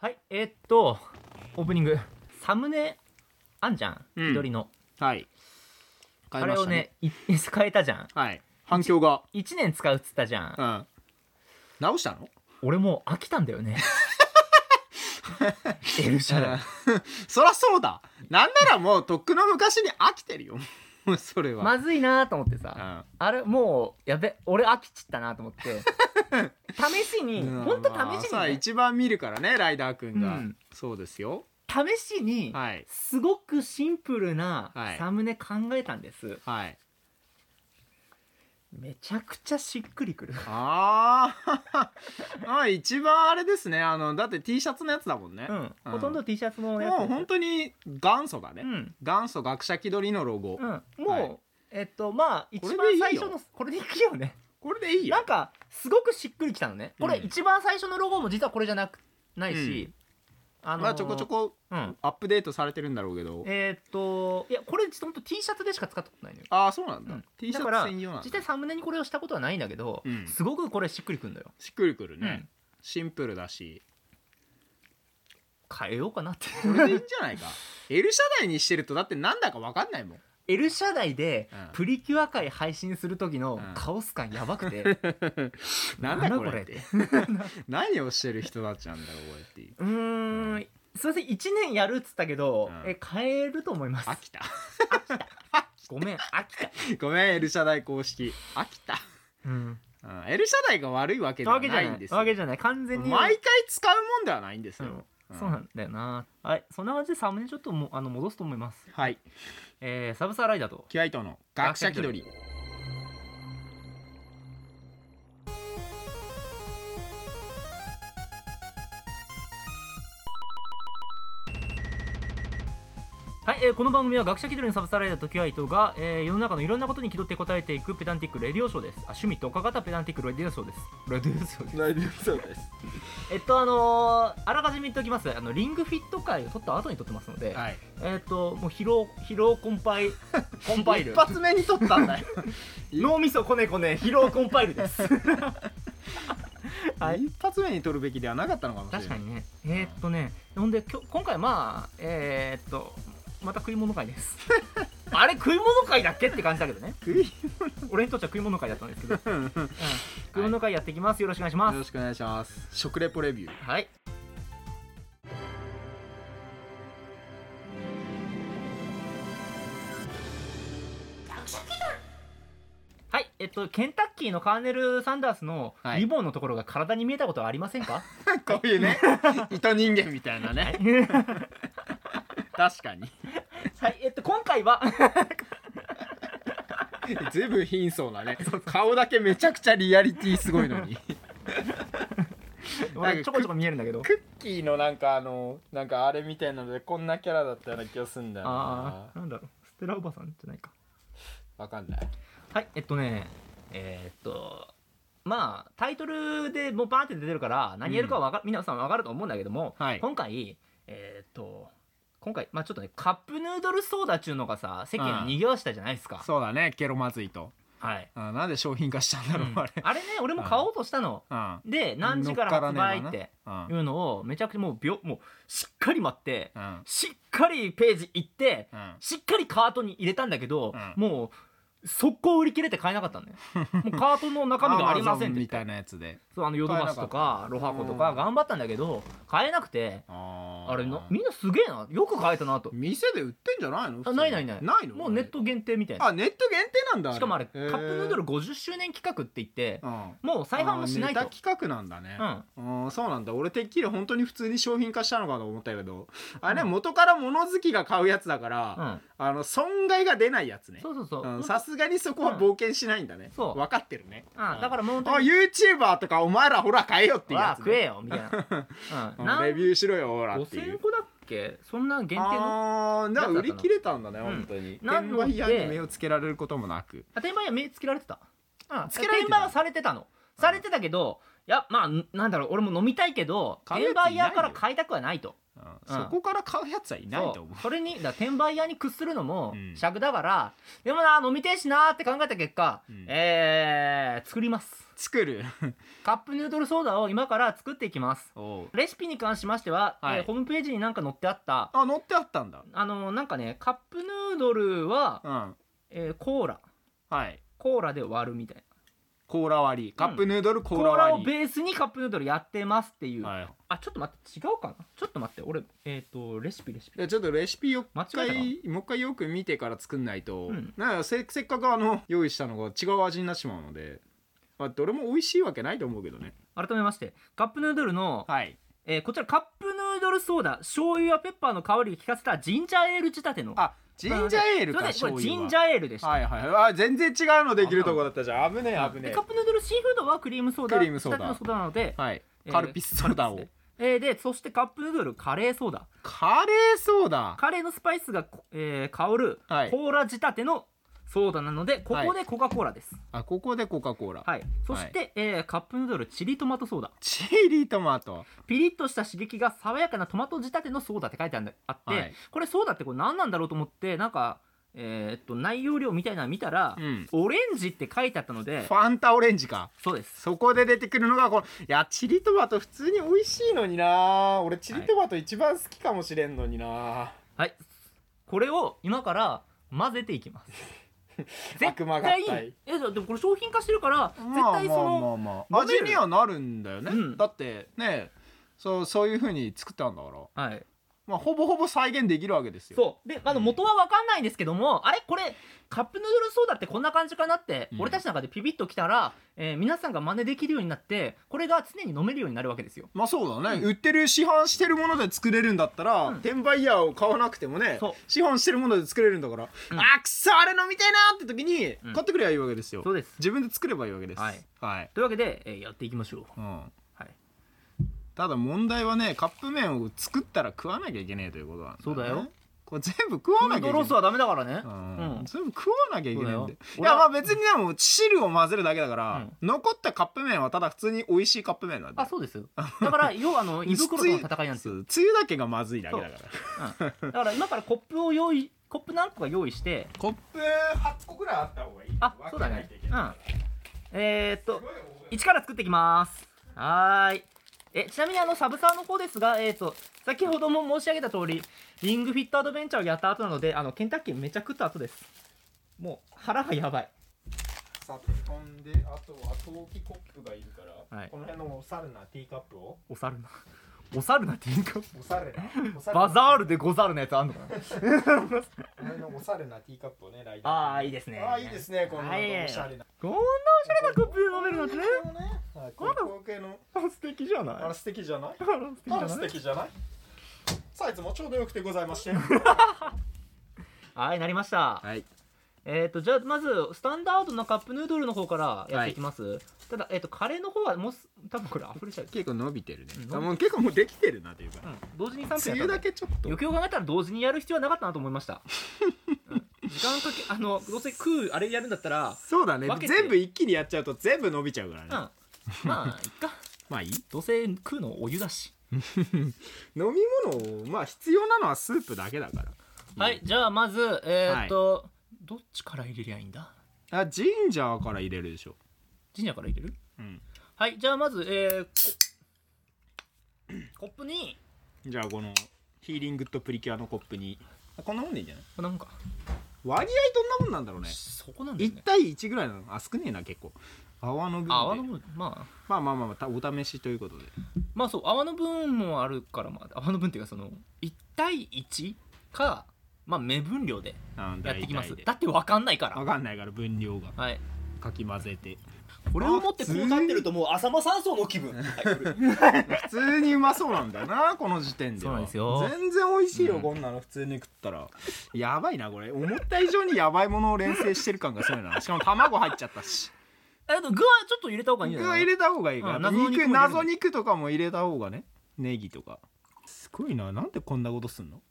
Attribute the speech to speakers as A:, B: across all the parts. A: はい、えーっと、オープニング、サムネあんじゃん、
B: うん
A: 緑の。
B: はい変え
A: あ
B: ま
A: れ
B: し
A: を
B: たね
A: ね、い 変えたじゃん。
B: はい反響が
A: 1年使うっつったじゃん。
B: うん直したの
A: 俺もう飽きたんだよ ね。L 社だ。
B: そらそうだなんならもうとっくの昔に飽きてるよ もうそれは、
A: まずいなと思ってさ、
B: うん
A: あれもうやべ俺飽きちったなと思って試しに
B: うん
A: 本当
B: まあ
A: 試し
B: 朝
A: にね、
B: 一番見るからねライダーくんが、
A: うん
B: そうですよ
A: 試しに、
B: はい
A: すごくシンプルな
B: はい
A: サムネ考えたんです、
B: はい
A: めちゃくちゃしっくりくる
B: あー あー一番あれですねあのだって T シャツのやつだもんね、
A: うん、
B: うん
A: ほとんど T シャツのやつ
B: もう本当に元祖だね、
A: うん、
B: 元祖学者気取りのロゴ、
A: うん、もう、
B: はい
A: えっとまあ一
B: これ
A: 番
B: でいいよ
A: 最初のこれでいくよね
B: これでいいよ
A: なんかすごくしっくりきたのねこれ
B: うん
A: 一番最初のロゴも実はこれじゃなくないし、あのー
B: まあちょこちょこ
A: うん
B: アップデートされてるんだろうけど
A: えーっといやこれちょっと T シャツでしか使ったことないのよ
B: ああそうなんだ、
A: うん
B: T シャ
A: だから
B: ツ専用なんだ
A: 実際サムネにこれをしたことはないんだけど、
B: うん
A: すごくこれしっくりくんだよ、
B: しっくりくる
A: う
B: ね
A: ん、
B: シンプルだし
A: 変えようかなって
B: これでいいんじゃな いか L 社台にしてるとだってなんだか分かんないもん
A: L 社内で
B: うん
A: プリキュア界配信する時の
B: うん
A: カオス感やばくて、
B: なんだこれって
A: て
B: 何をしてる人たちなんだろうこれっていう
A: うーんすいません1年やるっつったけど、
B: うん
A: え変えると思います
B: 飽きた
A: ご めん飽きた、
B: ごめん L 社台公式飽きた、
A: うん、
B: うん、L 社台が悪いわけでは
A: わけじゃ
B: な
A: ない
B: いんですよ
A: わけじゃない完全に
B: 毎回使うもんではないんです
A: う
B: よ、
A: ん
B: うん
A: そうなんだよなはいそんな感じでサムネちょっともあの戻すと思います、
B: はい
A: えーサブサーライダーと
B: キュアイトの学者気取り
A: はい、えーこの番組は学者気取りのサブサライダー時は伊藤が、えー世の中のいろんなことに気取って答えていくペダンティックレディオショーですあ趣味とか方ペダンティックレディオショーですレディオショーです
B: 大丈夫そうです
A: えっとあのーあらかじめ言っておきますあのリングフィット会を撮った後に撮ってますので、
B: はい
A: えっともう疲労疲労コンパ イコンパイル
B: 一発目に撮ったんだよ
A: 脳みそこねこね疲労コンパイルですはい
B: 一発目に撮るべきではなかったのかもしれない
A: 確かにねえーっとねほんできょ今回まあえーっとまた食い物会です あれ食い物会だっけって感じだけどね
B: 食い
A: 俺にとっては食い物会だったんですけど、
B: 物よ
A: 食い物会やっていきますよろしくお願いします
B: ろしくお願いします食レポレビュー
A: はいはいえっとケンタッキーのカーネル・サンダースの
B: はい
A: リボンのところが体に見えたことはありませ んか、
B: こういう ね糸人間みたいな
A: は
B: ね
A: い、は
B: 確かに
A: いえっと今回は
B: 随分貧相な ね顔だけめちゃくちゃリアリティすごいのに
A: 俺ちょこちょこ見えるんだけど
B: クッキーのなんかあのなんかあれみたいなのでこんなキャラだったような気がすんだよ
A: あ
B: な
A: あなんだろうステラおばさんじゃないか
B: わかんない
A: はいえっとねえーっとまあタイトルでもうバーンって出てるから何やるかはわか、皆さん分かると思うんだけども、
B: はい
A: 今回えーっと今回まあちょっとねカップヌードルソーダっちゅうのがさ世間を賑わしたじゃないですか、
B: そうだねケロまずいと
A: はい、
B: あなんで商品化したんだろう、
A: うん
B: あれ
A: あれね俺も買おうとしたの、
B: うん
A: で何時から発売
B: 乗
A: っ
B: っか
A: て
B: らねえ
A: いうのをめちゃくちゃもう秒もうしっかり待って
B: なうん
A: しっかりページ行って
B: うんうん
A: しっかりカートに入れたんだけど、
B: うん
A: もう速攻売り切れて買えなかった んだよもうカートの中身がありませんって言
B: み
A: って
B: たいなやつで
A: そうあのヨドバシとかロハコとか
B: うん
A: 頑張ったんだけど買えなくて
B: あー
A: あれなみんなすげえなよく買えたなと
B: 店で売ってんじゃないの普通に
A: ないないない
B: ないの
A: もうネット限定みたいな
B: あネット限定なんだ
A: しかもあれカ
B: へー
A: ップヌードル50周年企画って言って
B: うん
A: もう再販もしないと
B: あーネタ企画なんだね
A: うん
B: うんそうなんだ俺てっきり本当に普通に商品化したのかと思ったけどあれね、
A: うん
B: 元から物好きが買うやつだから、
A: うん
B: あの損害が出ないやつね
A: そうそうそう、
B: うんさすがにそこは冒険しないんだね、
A: んそう
B: 分かってるね
A: あだかららもう本
B: あ
A: 当に
B: YouTuber とかお前らほら買えよっていう
A: わあ
B: やつ、
A: 食
B: ね、
A: えよみたいな、 う
B: うん
A: ん、なん
B: レビューしろよほらっていう
A: 5000個だっけそんな限定の
B: ああーだから売り切れたんだね
A: ん
B: 本当に
A: な
B: 転
A: ので
B: 売屋に目をつけられることもなく
A: あ転売は目つけられてたうん
B: つけられてた
A: 転売はされてたのされてたけどいやまあなんだろう俺も飲みたいけど
B: 買うや
A: 転
B: ついない
A: 売
B: よ
A: 屋から買いたくはないと
B: うんうん
A: うん
B: そこから買うやつはいないと思う
A: そそれにだから転売屋に屈するのも
B: うん
A: 尺だから、でもな飲みてえしなーって考えた結果、
B: うん
A: えー、作ります
B: 作る
A: カップヌードルソーダを今から作っていきます
B: おう
A: レシピに関しましては、
B: はい
A: えーホームページになんか載ってあった
B: あ乗ってあったんだ
A: あのーなんかねカップヌードルは、
B: うん
A: えーコーラ
B: はい
A: コーラで割るみたいな
B: コーラ割りカップヌードル
A: コ
B: コー
A: ー
B: ラ
A: ラを
B: 割り、
A: ベースにカップヌードルやってますっていう、
B: はい、
A: あちょっと待って違うかなちょっと待って俺えっ、とレシピレシピ
B: いやちょっとレシピをもう一
A: 間違
B: 回もう一回よく見てから作んないと、
A: うん
B: なんかせせっかくあの用意したのが違う味になってしまうので、まあ、どれも美味しいわけないと思うけどね
A: 改めましてカップヌードルの、
B: はい
A: えーこちらカップヌードルソーダ醤油やペッパーの香りを効かせたジンジャーエール仕立ての
B: あジンジャーエールか
A: すいません
B: 醤
A: これ
B: 油
A: ジ
B: は
A: ンジャーエールでした、
B: はいはいはいあ全然違うのできるとこだったじゃん危ねえ危
A: で
B: ね
A: カップヌードルシーフードはクリームソーダ
B: クリームソーダ
A: 仕立てのソーダなので
B: え、はい
A: えー
B: カルピスソーダを
A: カルピスねえーでそしてカップヌードルカレーソーダ
B: カレーソーダ
A: カレーのスパイスが、えー香る、
B: はい
A: コーラ仕立てのソーダなのでここでコカ・コーラです、
B: あここでコカ・コーラ、
A: はいそして、えーカップヌードルチリトマトソーダ
B: チリトマト
A: ピリッとした刺激が爽やかなトマト仕立てのソーダって書いてあんだあって、
B: はい
A: これソーダってこれ何なんだろうと思ってなんか、えーっと内容量みたいなの見たら、
B: うん
A: オレンジって書いてあったので
B: ファンタオレンジか
A: そうです
B: そこで出てくるのがこのいやチリトマト普通に美味しいのにな俺チリトマト一番好きかもしれんのにな、
A: はいこれを今から混ぜていきます
B: 悪魔合体
A: いやでもこれ商品化してるから絶対その、
B: まあまあ
A: 飲め
B: 味
A: る
B: にはなるんだよね、
A: うん
B: だってねそうそういう風に作ったんだから、
A: はい
B: まあ、ほぼほぼ再現できるわけですよ
A: そうであの元は分かんないんですけども、あれこれカップヌードルソーダってこんな感じかなって、
B: うん
A: 俺たちの中でピピッときたら、えー皆さんが真似できるようになってこれが常に飲めるようになるわけですよ
B: まあそうだね、
A: うん
B: 売ってる市販してるもので作れるんだったら、
A: うん
B: 転売ヤーを買わなくてもね
A: そう
B: 市販してるもので作れるんだから、
A: うん
B: あくそあれ飲みたいなって時に
A: うん
B: 買ってくればいいわけですよ、
A: そうです
B: 自分で作ればいいわけです
A: はい、
B: はい
A: というわけで、えーやっていきましょう
B: うん、
A: はい
B: ただ問題はねカップ麺を作ったら食わなきゃいけないということなんだ、ね、
A: そうだよ
B: これ全部食わなきゃいけない
A: はダメだからね
B: うん
A: うん
B: 全部食わなきゃいけないんでい
A: そうだよ
B: やまあ別にでも汁を混ぜるだけだから、残ったカップ麺はただ普通に美味しいカップ麺なんで
A: あそうですよだから要はあ の胃袋との戦いなんですよ、
B: つつゆだけがまずいだけだから
A: うんだから今からコップを用意コップ何個か用意して
B: コップ8個ぐらいあった方がいい
A: あそうだねうんえー、っと一から作っていきますはーいえちなみにあのサブサーの方ですがえー、っと先ほども申し上げた通りリングフィットアドベンチャーをやった後なのであのケンタッキーめちゃ食った後ですもう腹がやばい
B: さて飛んであとは陶器コップがいるから、
A: はい
B: この辺のおさるなティーカップを
A: お猿なお猿なっていうか
B: おさるなおさる
A: バ
B: な
A: ザールでござるのやつあんのかな
B: この辺のおさるなティーカップをね来年
A: ああいいですね
B: ああいいですねこのなんか
A: はい
B: おしゃれな
A: こんなおしゃれなコップで飲めるなんてね
B: このねはいこの光景の
A: 素敵じゃない
B: あら素敵じゃない
A: 素敵じ
B: あ
A: ゃな
B: ら
A: い
B: 素敵じゃないサイズもちょうどよくてございまして
A: はいなりました、
B: はい
A: えっ、とじゃあまずスタンダードのカップヌードルの方からやっていきます、ただえっ、とカレーの方はもうす多分これ溢れちゃう、
B: 結構伸びてるね
A: うん
B: あもう結構もうできてるなという
A: う
B: か
A: ん、同時に3分
B: 梅
A: や
B: 雨
A: った
B: だ
A: んで
B: けちょっと
A: よくよく考えたら同時にやる必要はなかったなと思いま した、うん時間かけあのどうせ食うあれやるんだったら
B: そうだね
A: 分けて
B: 全部一気にやっちゃうと全部伸びちゃうから
A: う
B: ね
A: んまあいっか
B: まあいい
A: どうせ食うのお湯だし
B: 飲み物をまあ必要なのはスープだけだから
A: はいじゃあまずえっ、と、どっちから入れりゃいいんだ
B: あジンジャーから入れるでしょ
A: 神社から入れる
B: うん
A: はいじゃあまずえー、ココップに
B: じゃあこのヒーリングとプリキュアのコップにあこんなもんでいいんじゃない
A: こんなもんか
B: 割合どんなもんなんだろうね
A: そこなんです
B: 1
A: ね
B: 対1ぐらいなのあ少ねえな結構泡の分で
A: あ泡の分まあ
B: まあまあまあまあたお試しということで
A: まあそう泡の分もあるからまあ泡の分っていうかその1対1かまあ目分量で
B: あ
A: やってきます
B: 大体で
A: だって分かんないから
B: わかんないから分量が
A: はい
B: かき混ぜて
A: これを持ってこうなってるともう浅間山荘の気分
B: 普通にうまそうなんだよなこの時点で
A: そう
B: は
A: なんですよ
B: 全然美味しいよ、
A: うん
B: こんなの普通に食ったらやばいなこれ思った以上にやばいものを連成してる感がすごいなしかも卵入っちゃったし
A: えっと具はちょっと入れた方がいいんじ
B: 肉
A: ゃな
B: は
A: い
B: 入れた方がいいから、
A: うん
B: 謎
A: 謎肉も入れ
B: 肉
A: る
B: 謎肉とかも入れた方がねネギとかすごいななんでこんなことすんの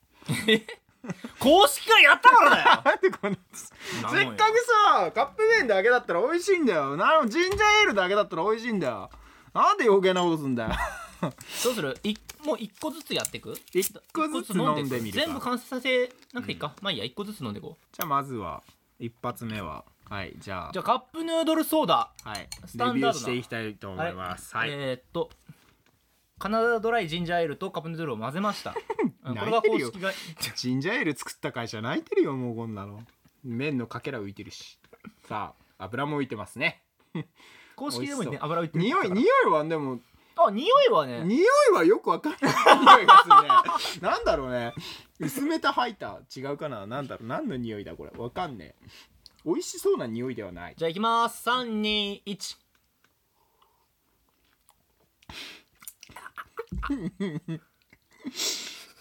A: 公式がやったからだよ
B: なんでこんなせ っかくさカップ麺だけだったら美味しいんだよなジンジャーエールだけだったら美味しいんだよなんで余計なことすんだよ
A: どうするいもう一個ずつやってく
B: 一個ずつ飲んでみるか
A: 全部完成させなくていいか、まあいいや一個ずつ飲んでいこう
B: じゃあまずは一発目ははいじゃあ
A: じゃあカップヌードルソーダ
B: はい
A: スタンダードな
B: レビューしていきたいと思いますはい、
A: えーっとカナダドライジンジャーエールとカップヌードルを混ぜま した、うんこれが
B: 泣いて
A: 公
B: るよ
A: 式が
B: ジンジャーエール作った会社泣いてるよもうこんなの麺のかけら浮いてるしさあ油も浮いてますね
A: 公式でも
B: 美味
A: ね
B: しそう
A: 油浮いてる
B: 匂い
A: から
B: 匂いはでも
A: あ匂いはね
B: 匂いはよくわかんない匂いがするねなんだろうね薄めた吐いた違うかななんだろう何の匂いだこれわかんねえ美味しそうな匂いではない
A: じゃあいきます321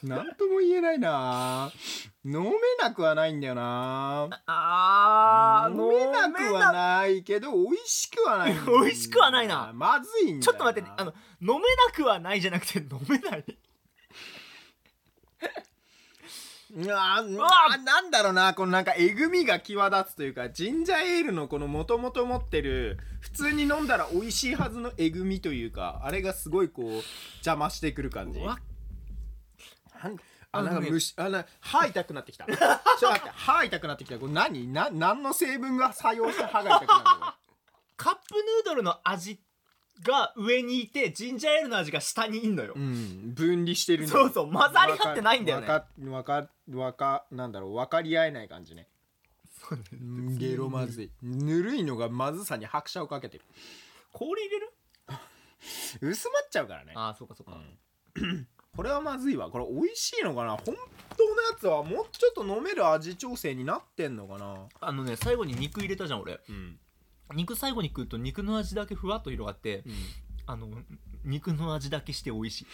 B: なんとも言えないな飲めなくはないんだよな
A: あー
B: 飲めな
A: 飲
B: く
A: め
B: はないけど美味しくはない
A: 美味しくはないな
B: まずいんだよな
A: ちょっと待ってあの飲めなくはないじゃなくて飲めないう
B: わーうわーなんだろうなこのなんかえぐみが際立つというかジンジャーエールのこのもともと持ってる普通に飲んだら美味しいはずのえぐみというかあれがすごいこう邪魔してくる感じ
A: わ
B: なんあなん
A: あの
B: か
A: ね
B: 虫あな歯痛くなってきたちょっと待って歯痛くなってきたこれ何な何の成分が作用して歯が痛くなるのこ れ
A: カップヌードルの味が上にいてジンジャーエールの味が下にいんのよ、
B: うん、分離してるんだ
A: そうそう混ざり合ってないんだよね
B: わかわかわかなんだろう分かり合えない感じね
A: そうね
B: うんゲロまずいぬるいのがまずさに拍車をかけてる
A: 氷入れる
B: 薄まっちゃうからね
A: ああそうかそうか、
B: うんこれはまずいわこれ美味しいのかな本当のやつはもうちょっと飲める味調整になってんのかな
A: あのね最後に肉入れたじゃん俺
B: うん、
A: 肉最後に食うと肉の味だけふわっと広がって
B: うん、
A: あの肉の味だけして美味しい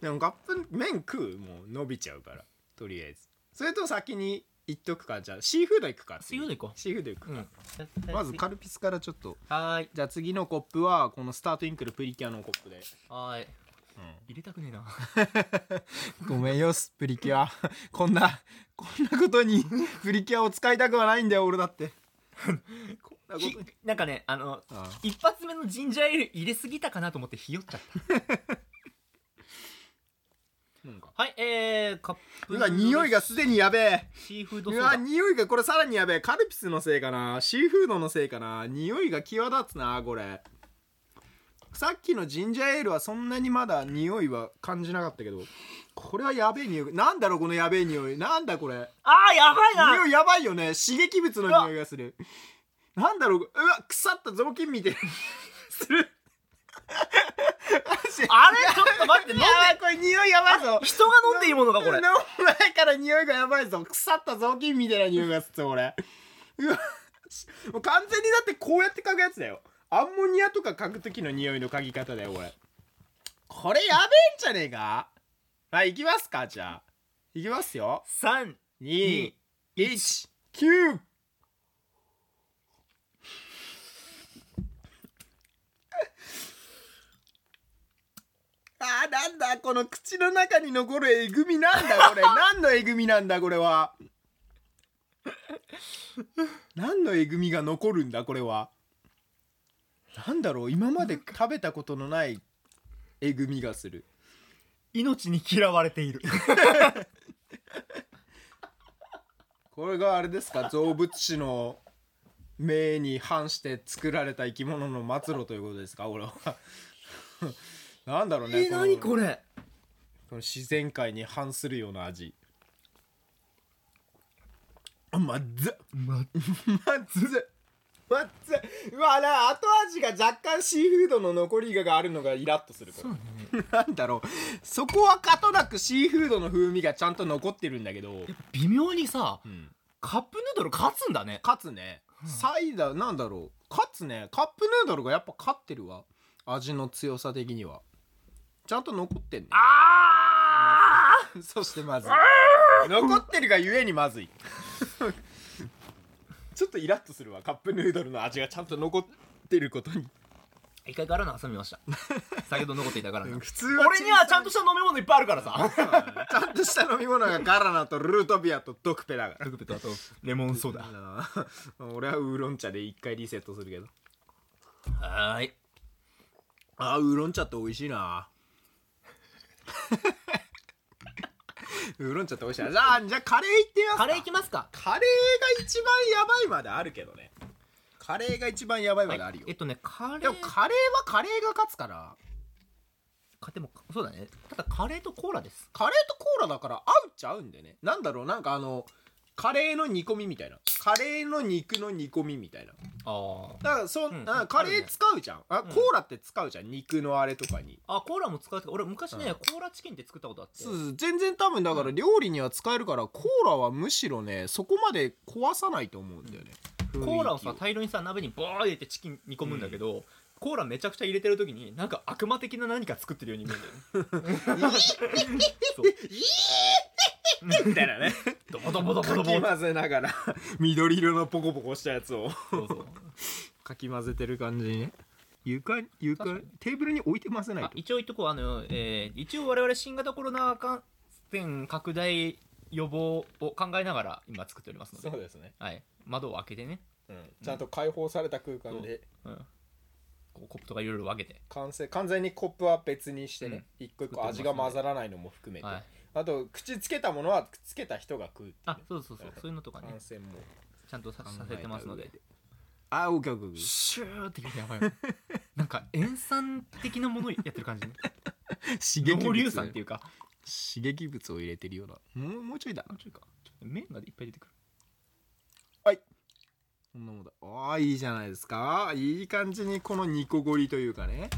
B: でもガップ麺食うもう伸びちゃうからとりあえずそれと先にいっとくかじゃあシーフードいくか
A: シーフード行こう
B: シーフードいく
A: う
B: か、
A: ん
B: まずカルピスからちょっと
A: はーい
B: じゃあ次のコップはこのスタートインクルプリキュアのコップで、
A: はーい入れたくねえな
B: ごめんよスプリキュア こんなこんなことに プリキュアを使いたくはないんだよ俺だって こんなこと
A: ひ
B: に
A: なんかねあの
B: ああ
A: 一発目のジンジャーエール入れすぎたかなと思ってひよっちゃった
B: なんか
A: はいえー、カップ
B: うわ匂いがすでにやべえ
A: シーフード
B: う
A: ソー
B: わ
A: ダ
B: 匂いがこれさらにやべえカルピスのせいかなシーフードのせいかな匂いが際立つなこれさっきのジンジャーエールはそんなにまだ匂いは感じなかったけどこれはやべえ匂いなんだろうこのやべえ匂いなんだこれ
A: あーやばいな
B: 匂いやばいよね刺激物の匂いがするなんだろううわ腐った雑巾みたいな する
A: あれちょっと待 って飲ん
B: や
A: で
B: ばいこれ匂いやばいぞ
A: 人が飲んでいいものかこれ
B: 飲む前から匂いがやばいぞ腐った雑巾みたいな匂いがするぞこれうわもう完全にだってこうやって嗅ぐやつだよアンモニアとか嗅ぐ時の匂いの嗅ぎ方だよこれこれやべえんじゃねえかはい行きますかじゃあ行きますよ
A: 三
B: 219あーなんだこの口の中に残るえぐみなんだこれ何のえぐみなんだこれは何のえぐみが残るんだこれはなんだろう今まで食べたことのないえぐみがする
A: 命に嫌われている
B: これがあれですか造物師の命に反して作られた生き物の末路ということですか俺は なんだろうね
A: え
B: この
A: 何これ
B: この自然界に反するような味あまっず
A: ま
B: まっずまっずうわな後味が若干シーフードの残りがあるのがイラッとするこれ
A: そうね
B: なんだろうそこはかとなくシーフードの風味がちゃんと残ってるんだけど、
A: 微妙にさ
B: うん、
A: カップヌードル勝つんだね
B: 勝つね、サイダーなんだろう勝つねカップヌードルがやっぱ勝ってるわ味の強さ的にはちゃんと残ってんね
A: あー
B: そしてまずい残ってるがゆえにまずい ちょっとイラッとするわカップヌードルの味がちゃんと残ってることに
A: 一回柄の挟み ました先ほど残っていた柄の
B: 普通は
A: 俺にはちゃんとした飲み物いっぱいあるから さ
B: ちゃんとした飲み物がガラナとルートビアとドクペだから
A: ルクペとあとレモンソーダ
B: あ ー俺はウーロン茶で一回リセットするけど
A: はーい
B: あーウーロン茶って美味しいなウーロン茶って美味しいなじゃあじゃあカレーいってみますか
A: カレーいきますか
B: カレーが一番やばいまであるけどねカレーが一番やばいまであるよ、
A: はいえっとねカレ
B: で
A: ー
B: もカレーはカレーが勝つから
A: かでもそうだねただカレーとコーラです
B: カレーとコーラだから合うっちゃ合うんだよねなんだろうなんかあのカレーの煮込みみたいなカレーの肉の煮込みみたいな
A: あ
B: だからそ、、
A: うんん
B: あカレー使うじゃんあ、
A: うん
B: コーラって使うじゃん肉のあれとかに
A: あコーラも使うとか俺昔ね、
B: うん
A: コーラチキンって作ったことあって
B: そうそう全然多分だから料理には使えるからコーラはむしろねそこまで壊さないと思うんだよね、
A: コーラを
B: 雰
A: さ
B: 囲気
A: 大量にさ鍋にボー入れてチキン煮込むんだけど、コーラめちゃくちゃ入れてる時になんか悪魔的な何か作ってるように見えるんだよねそう
B: みたい なね
A: ドボドボドボ
B: か
A: ドボ
B: き混ぜながら緑色のポコポコしたやつを
A: そうそう
B: かき混ぜてる感じね床に床に
A: 確か
B: テーブルに置いてませない
A: あ
B: と
A: 一応言っとこうあの、えー一応我々新型コロナ感染拡大予防を考えながら今作っておりますので
B: ですね、
A: はい、窓を開けてね、
B: ちゃんと開放された空間で
A: うん、こうコップとかいろいろ分けて、
B: 完成完全にコップは別にしてね、一個一個
A: 作
B: 味
A: ってますね
B: が混ざらないのも含めて、
A: はい、
B: あと口つけたものはくっつけた人が食うっていう
A: あ
B: ね
A: そうそうそうそういうのとかね
B: 感染も
A: ちゃんとささせてますので
B: あオッケーオッケーオッケー
A: シューって言うとやばいよねなんか塩酸的なものやってる感じね
B: 刺激
A: 濃
B: 物
A: 硫酸っていうか
B: 刺激物を入れてるようなもうもうちょいだ
A: もうちょいかちょっと麺がいっぱい出てくる
B: こんなもんだああいいじゃないですかいい感じにこのニコゴリというかね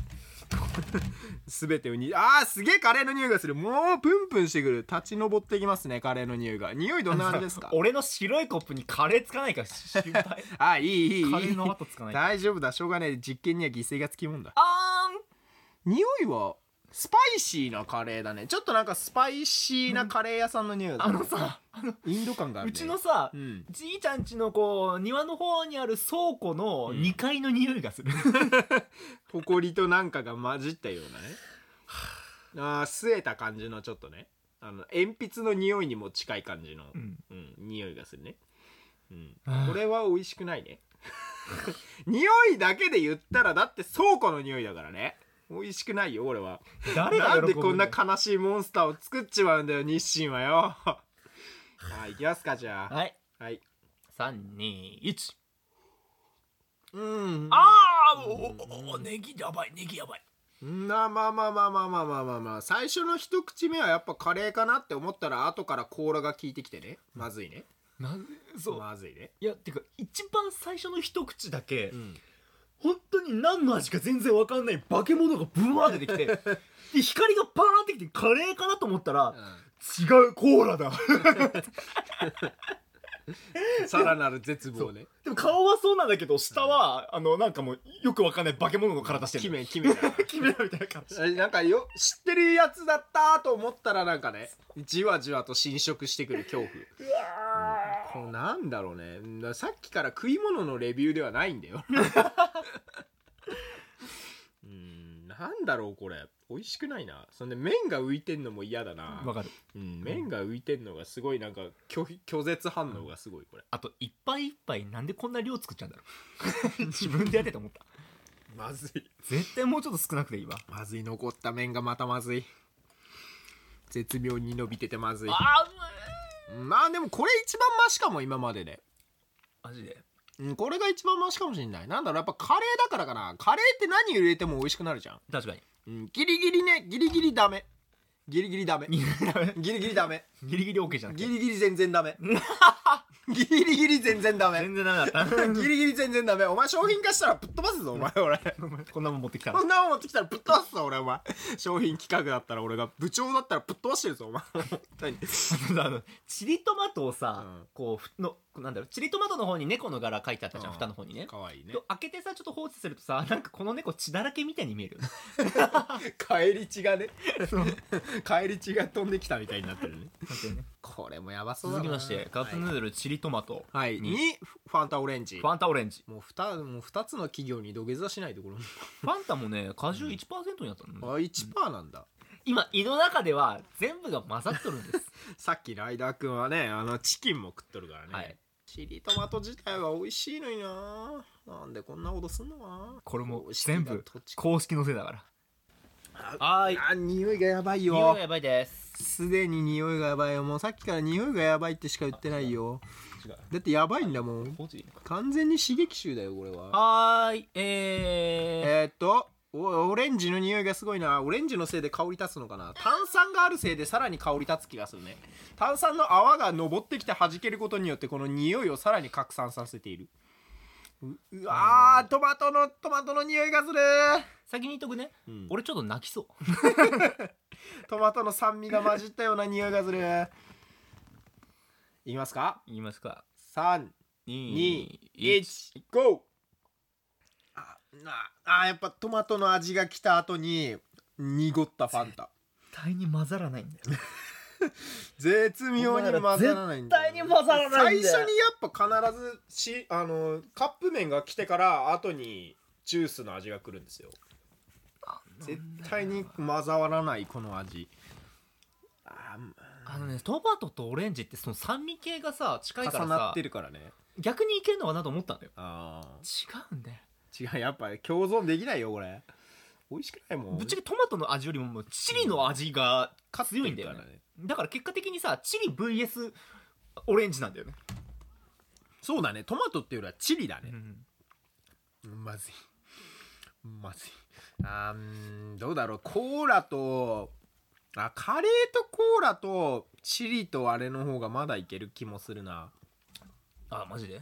B: 全てをにああすげえカレーの匂いがするもうプンプンしてくる立ち上ってきますねカレーの匂いが匂いどんな感じで すか
A: 俺の白いコップにカレーつかないか心配カ
B: ああいいいいいい
A: レーの跡つかないあ
B: 大丈夫だしょうがねえ実験には犠牲がつきもんだ
A: あ
B: 匂いはスパイシーなカレーだねちょっとなんかスパイシーなカレー屋さんの匂い
A: ー
B: だ
A: んあ
B: ね
A: のさ
B: インド感がある、
A: う
B: ね、
A: ちのさ
B: うん
A: じいちゃんちのこう庭の方にある倉庫の
B: うん
A: 2階の匂いがする、
B: ほこりとなんかが混じったようなねあー据えた感じのちょっとねあの鉛筆の匂いにも近い感じの、
A: うん
B: うん、匂いがするね、うん、
A: あー
B: これは美味しくないね 匂いだけで言ったらだって倉庫の匂いだからね美味しくないよ俺は
A: 誰が喜
B: な
A: ぶ
B: んでこんな
A: か
B: 悲しいモンスターを作っちまうんだよ日清は よはい行きますかじゃあ
A: はい
B: はい
A: 321
B: うん
A: ああおおおネギやばいネギやばい
B: なまあまあまあまあまあまあまあ、まあ、最初の一口目はやっぱカレーかなって思ったら後から甲羅が効いてきてねまずいね
A: なそう
B: まずいね、
A: いやてか一番最初の一口だけ、
B: ん、
A: 本当に何の味か全然わかんない化け物がブワー出てきてで光がバーンってきてカレーかなと思ったら、違うコーラだ
B: さらなる絶望ね
A: でも顔はそうなんだけど下は、あのなんかもうよくわかんない化け物の体して
B: 決
A: る
B: め決め
A: キメラみたいな感じ
B: なんかよ知ってるやつだったと思ったらなんかねじわじわと侵食してくる恐
A: う
B: 怖
A: わ
B: こうなんだろうねださっきから食い物のレビューではないんだよ うーんなんだろうこれ美味しくないなそんで麺が浮いてんのも嫌だな
A: わかる
B: うん、麺が浮いてんのがすごいなんか拒否拒絶反応がすごいこれ
A: あと一杯一杯なんでこんな量作っちゃうんだろう 自分でやってて思った
B: まずい
A: 絶対もうちょっと少なくていいわ
B: まずい残った麺がまたまずい絶妙に伸びててまずい
A: あ
B: まあでもこれ一番マシかも今までで、
A: マジで
B: うん、これが一番マシかもしれないなんだろうやっぱカレーだからかなカレーって何入れても美味しくなるじゃん
A: 確かに
B: うん、ギリギリねギリギリダメギリギリダ メギリギリダメ
A: ギリギリ OK じゃなくて
B: ギリギリ全然ダ メギリギリ全然ダメ
A: 全然ダメだっ
B: ギリギリ全然ダメお前商品化したらぶっ飛ばすぞお前俺
A: た こんなもん持ってきたら
B: こんなもん持ってきたらぶっ飛ばすぞ俺お前商品企画だったら俺が部長だったらぶっ飛ばしてるぞお前本当 に
A: あのあのチリトマトをさ、
B: うん
A: こうふのなんだろうチリトマトの方に猫の柄書いてあったじゃん、
B: うん
A: 蓋の方にね
B: かわいいね
A: で開けてさちょっと放置するとさなんかこの猫血だらけみたいに見え るよね
B: 帰り血がね
A: そうなん
B: 帰り血が飛んできたみたいになってるね
A: ていうね
B: これもやばそうだ
A: 続
B: な
A: きましてカップヌードルチリトマト、
B: はい、はい、にファンタオレンジ
A: ファンタオレンジ
B: もう 2, もう二つの企業に土下座しないところ
A: ファンタもね果汁1%になったのね、
B: あ1%なんだ、
A: 今胃の中では全部が混ざっとるんです
B: さっきライダーくんはねあのチキンも食っとるからね、
A: はい
B: チリトマト自体は美味しいのにななんでこんな ことすんのかな
A: これも
B: 公式だ
A: 全部
B: 土地
A: 公式のせいだから
B: あ
A: はい
B: あ匂いがやばい
A: 匂い
B: よ
A: がやばいです
B: すでに匂いがやばいよもうさっきから匂いがやばいってしか言ってないよ
A: 違う
B: だってやばいんだもん
A: ポジ
B: 完全に刺激臭だよこれは
A: はーいえ
B: えー、っとおオレンジの匂いがすごいなオレンジのせいで香り立つのかな炭酸があるせいでさらに香り立つ気がするね炭酸の泡が上ってきて弾けることによってこの匂いをさらに拡散させているううわートマトのトマトの匂いがする、
A: ー、先に言っとくね
B: うん
A: 俺ちょっと泣きそう
B: トマトの酸味が混じったような匂いがするいきますか
A: 言いますか
B: 3
A: 2 1
B: 21ゴーあなあやっぱトマトの味が来た後に濁ったファンタ
A: 対に混ざらないんだよ
B: 絶妙に混ざらないんだよ
A: 絶対に混ざらないんだよ
B: 最初にやっぱ必ずしあのカップ麺が来てから後にジュースの味が来るんですよ絶対に混ざらないこの味あ
A: あのねトマトとオレンジってその酸味系がさ近いか
B: 重
A: ら
B: な
A: さ
B: ってるからね
A: 逆にいけるのかなと思ったんだよ
B: ああ
A: 違うんだよ
B: 違うやっぱ共存できないよこれ美味しくないもん
A: ぶっちゃけトマトの味よりももうチリの味が強いんだよね
B: 勝ってるからね
A: だから結果的にさチリ VS オレンジなんだよね、
B: そうだねトマトっていうよりはチリだね、
A: ん、
B: まずいまずいあーうんどうだろうコーラとあカレーとコーラとチリとあれの方がまだいける気もするな
A: あマジで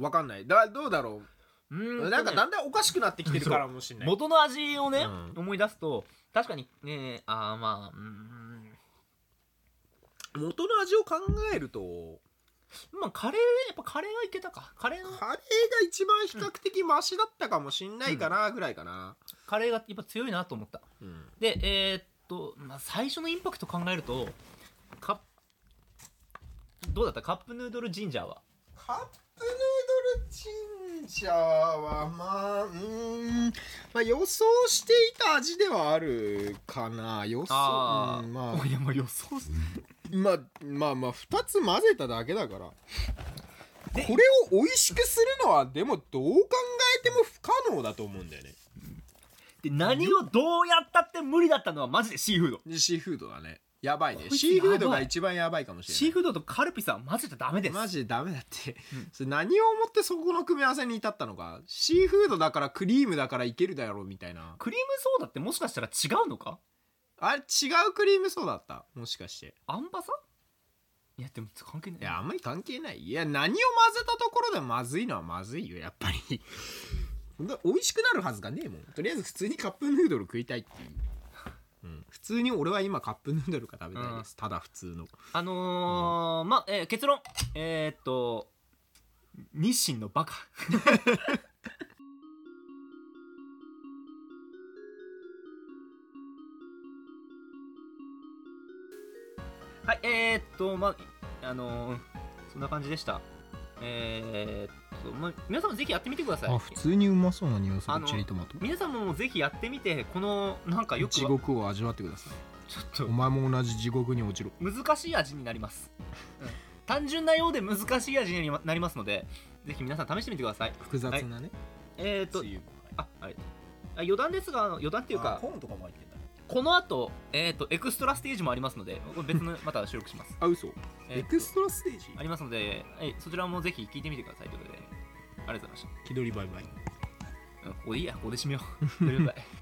B: わかんないだどうだろ
A: う
B: う、
A: ーん
B: なんかだ
A: と
B: んだんおかしくなってきてるからもしん
A: ね
B: ない
A: 元の味をね、
B: うん
A: 思い出すと確かにねあーまあうーん
B: 元の味を考えると
A: まあカレーやっぱカレーはいけたかカレーの
B: カレーが一番比較的マシだったかもしんないかなぐらいかな、
A: カレーがやっぱ強いなと思った
B: うん
A: でえーっと、まあ、最初のインパクト考えるとカッどうだったカップヌードルジンジャーは
B: カップヌードルジンジャーはまあうーん、まあ、予想していた味ではあるかな予想
A: ああ、
B: うん
A: ま
B: ま
A: あ、 いやまあ予想す
B: あ、まあまあまあ2つ混ぜただけだからこ
A: で
B: れを美味しくするのはでもどう考えても不可能だと思うんだよね
A: で何をどうやったって無理だったのはマジでシーフード
B: でシーフードだねやばいね
A: こいつ
B: シーフード
A: やば
B: が
A: い
B: 一番やばいかもしれない
A: シーフードとカルピスは混ぜちゃダメです
B: マジでダメだって、
A: ん
B: それ何を思ってそこの組み合わせに至ったのかシーフードだからクリームだからいけるだろうみたいな
A: クリームソーダってもしかしたら違うのか
B: あれ違うクリームソーダだったもしかして
A: アンバサいやでも関係ない
B: いやあんまり関係ないいや何を混ぜたところでまずいのはまずいよやっぱり だ美味しくなるはずがねえもんとりあえず普通にカップヌードル食いたいっていう、うん、普通に俺は今カップヌードルが食べたいです、ただ普通の
A: あのーまあ、えー結論えーっと日清のバカ はいえーっとまああのーそんな感じでしたえーっと、まあ、皆さんもぜひやってみてください
B: 通にうまそうな匂いす
A: るあのチリ
B: トマト
A: 皆さんもぜひやってみてこのなんかよく
B: 地
A: わ
B: 獄を味わってください
A: ちょっと
B: 前も同じ地獄に落ちろ
A: 難しい味になります、うん単純なようで難しい味になりますのでぜひ皆さん試してみてください
B: 複雑なね、
A: えっ、ー、と
B: つゆ
A: ああれあ余談ですがあの余談っていう
B: あ
A: か
B: コーンとかも入ってんだ
A: この後、えー、とエクストラステージもありますのでこれ別の また収録します、
B: あ嘘、
A: えー
B: エクストラステージ
A: ありますので、はい、そちらもぜひ聞いてみてくださいということでありがとうございまし
B: 気取りバイバイ
A: た、うん、ここでいいやここで締めようということで